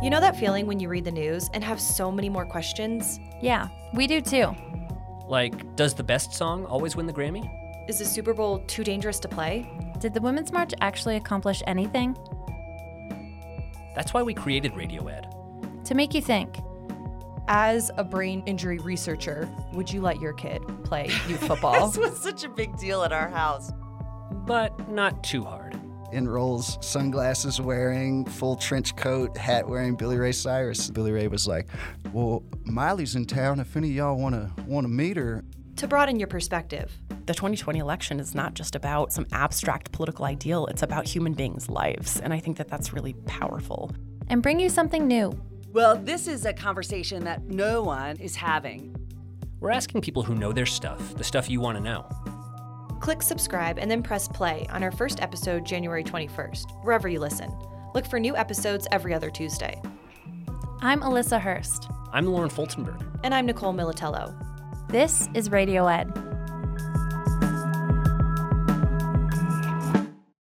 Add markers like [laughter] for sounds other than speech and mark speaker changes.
Speaker 1: You know that feeling when you read the news and have so many more questions?
Speaker 2: Yeah, we do too.
Speaker 3: Like, does the best song always win the Grammy?
Speaker 1: Is the Super Bowl too dangerous to play?
Speaker 2: Did the Women's March actually accomplish anything?
Speaker 3: That's why we created Radio Ed.
Speaker 2: To make you think.
Speaker 4: As a brain injury researcher, would you let your kid play
Speaker 1: [laughs]
Speaker 4: youth football?
Speaker 5: This
Speaker 1: Um,
Speaker 5: was such a big deal at our house.
Speaker 3: But not too hard.
Speaker 6: enrolls sunglasses wearing, full trench coat, hat wearing Billy Ray Cyrus. Billy Ray was like, "Well, Miley's in town. If any of y'all want to want to meet her,
Speaker 1: To broaden your perspective,
Speaker 7: The 2020 election is not just about some abstract political ideal, it's about human beings' lives. And I think that that's really powerful.
Speaker 2: And bring you something new.
Speaker 5: Well, this is a conversation that no one is having.
Speaker 3: We're asking people who know their stuff, the stuff you want to know.
Speaker 1: click subscribe and then press play on our first episode January 21st, wherever you listen. Look for new episodes every other Tuesday.
Speaker 2: I'm Alyssa Hurst.
Speaker 3: I'm Lauren Fultonberg.
Speaker 1: And I'm Nicole Militello.
Speaker 2: This is Radio Ed.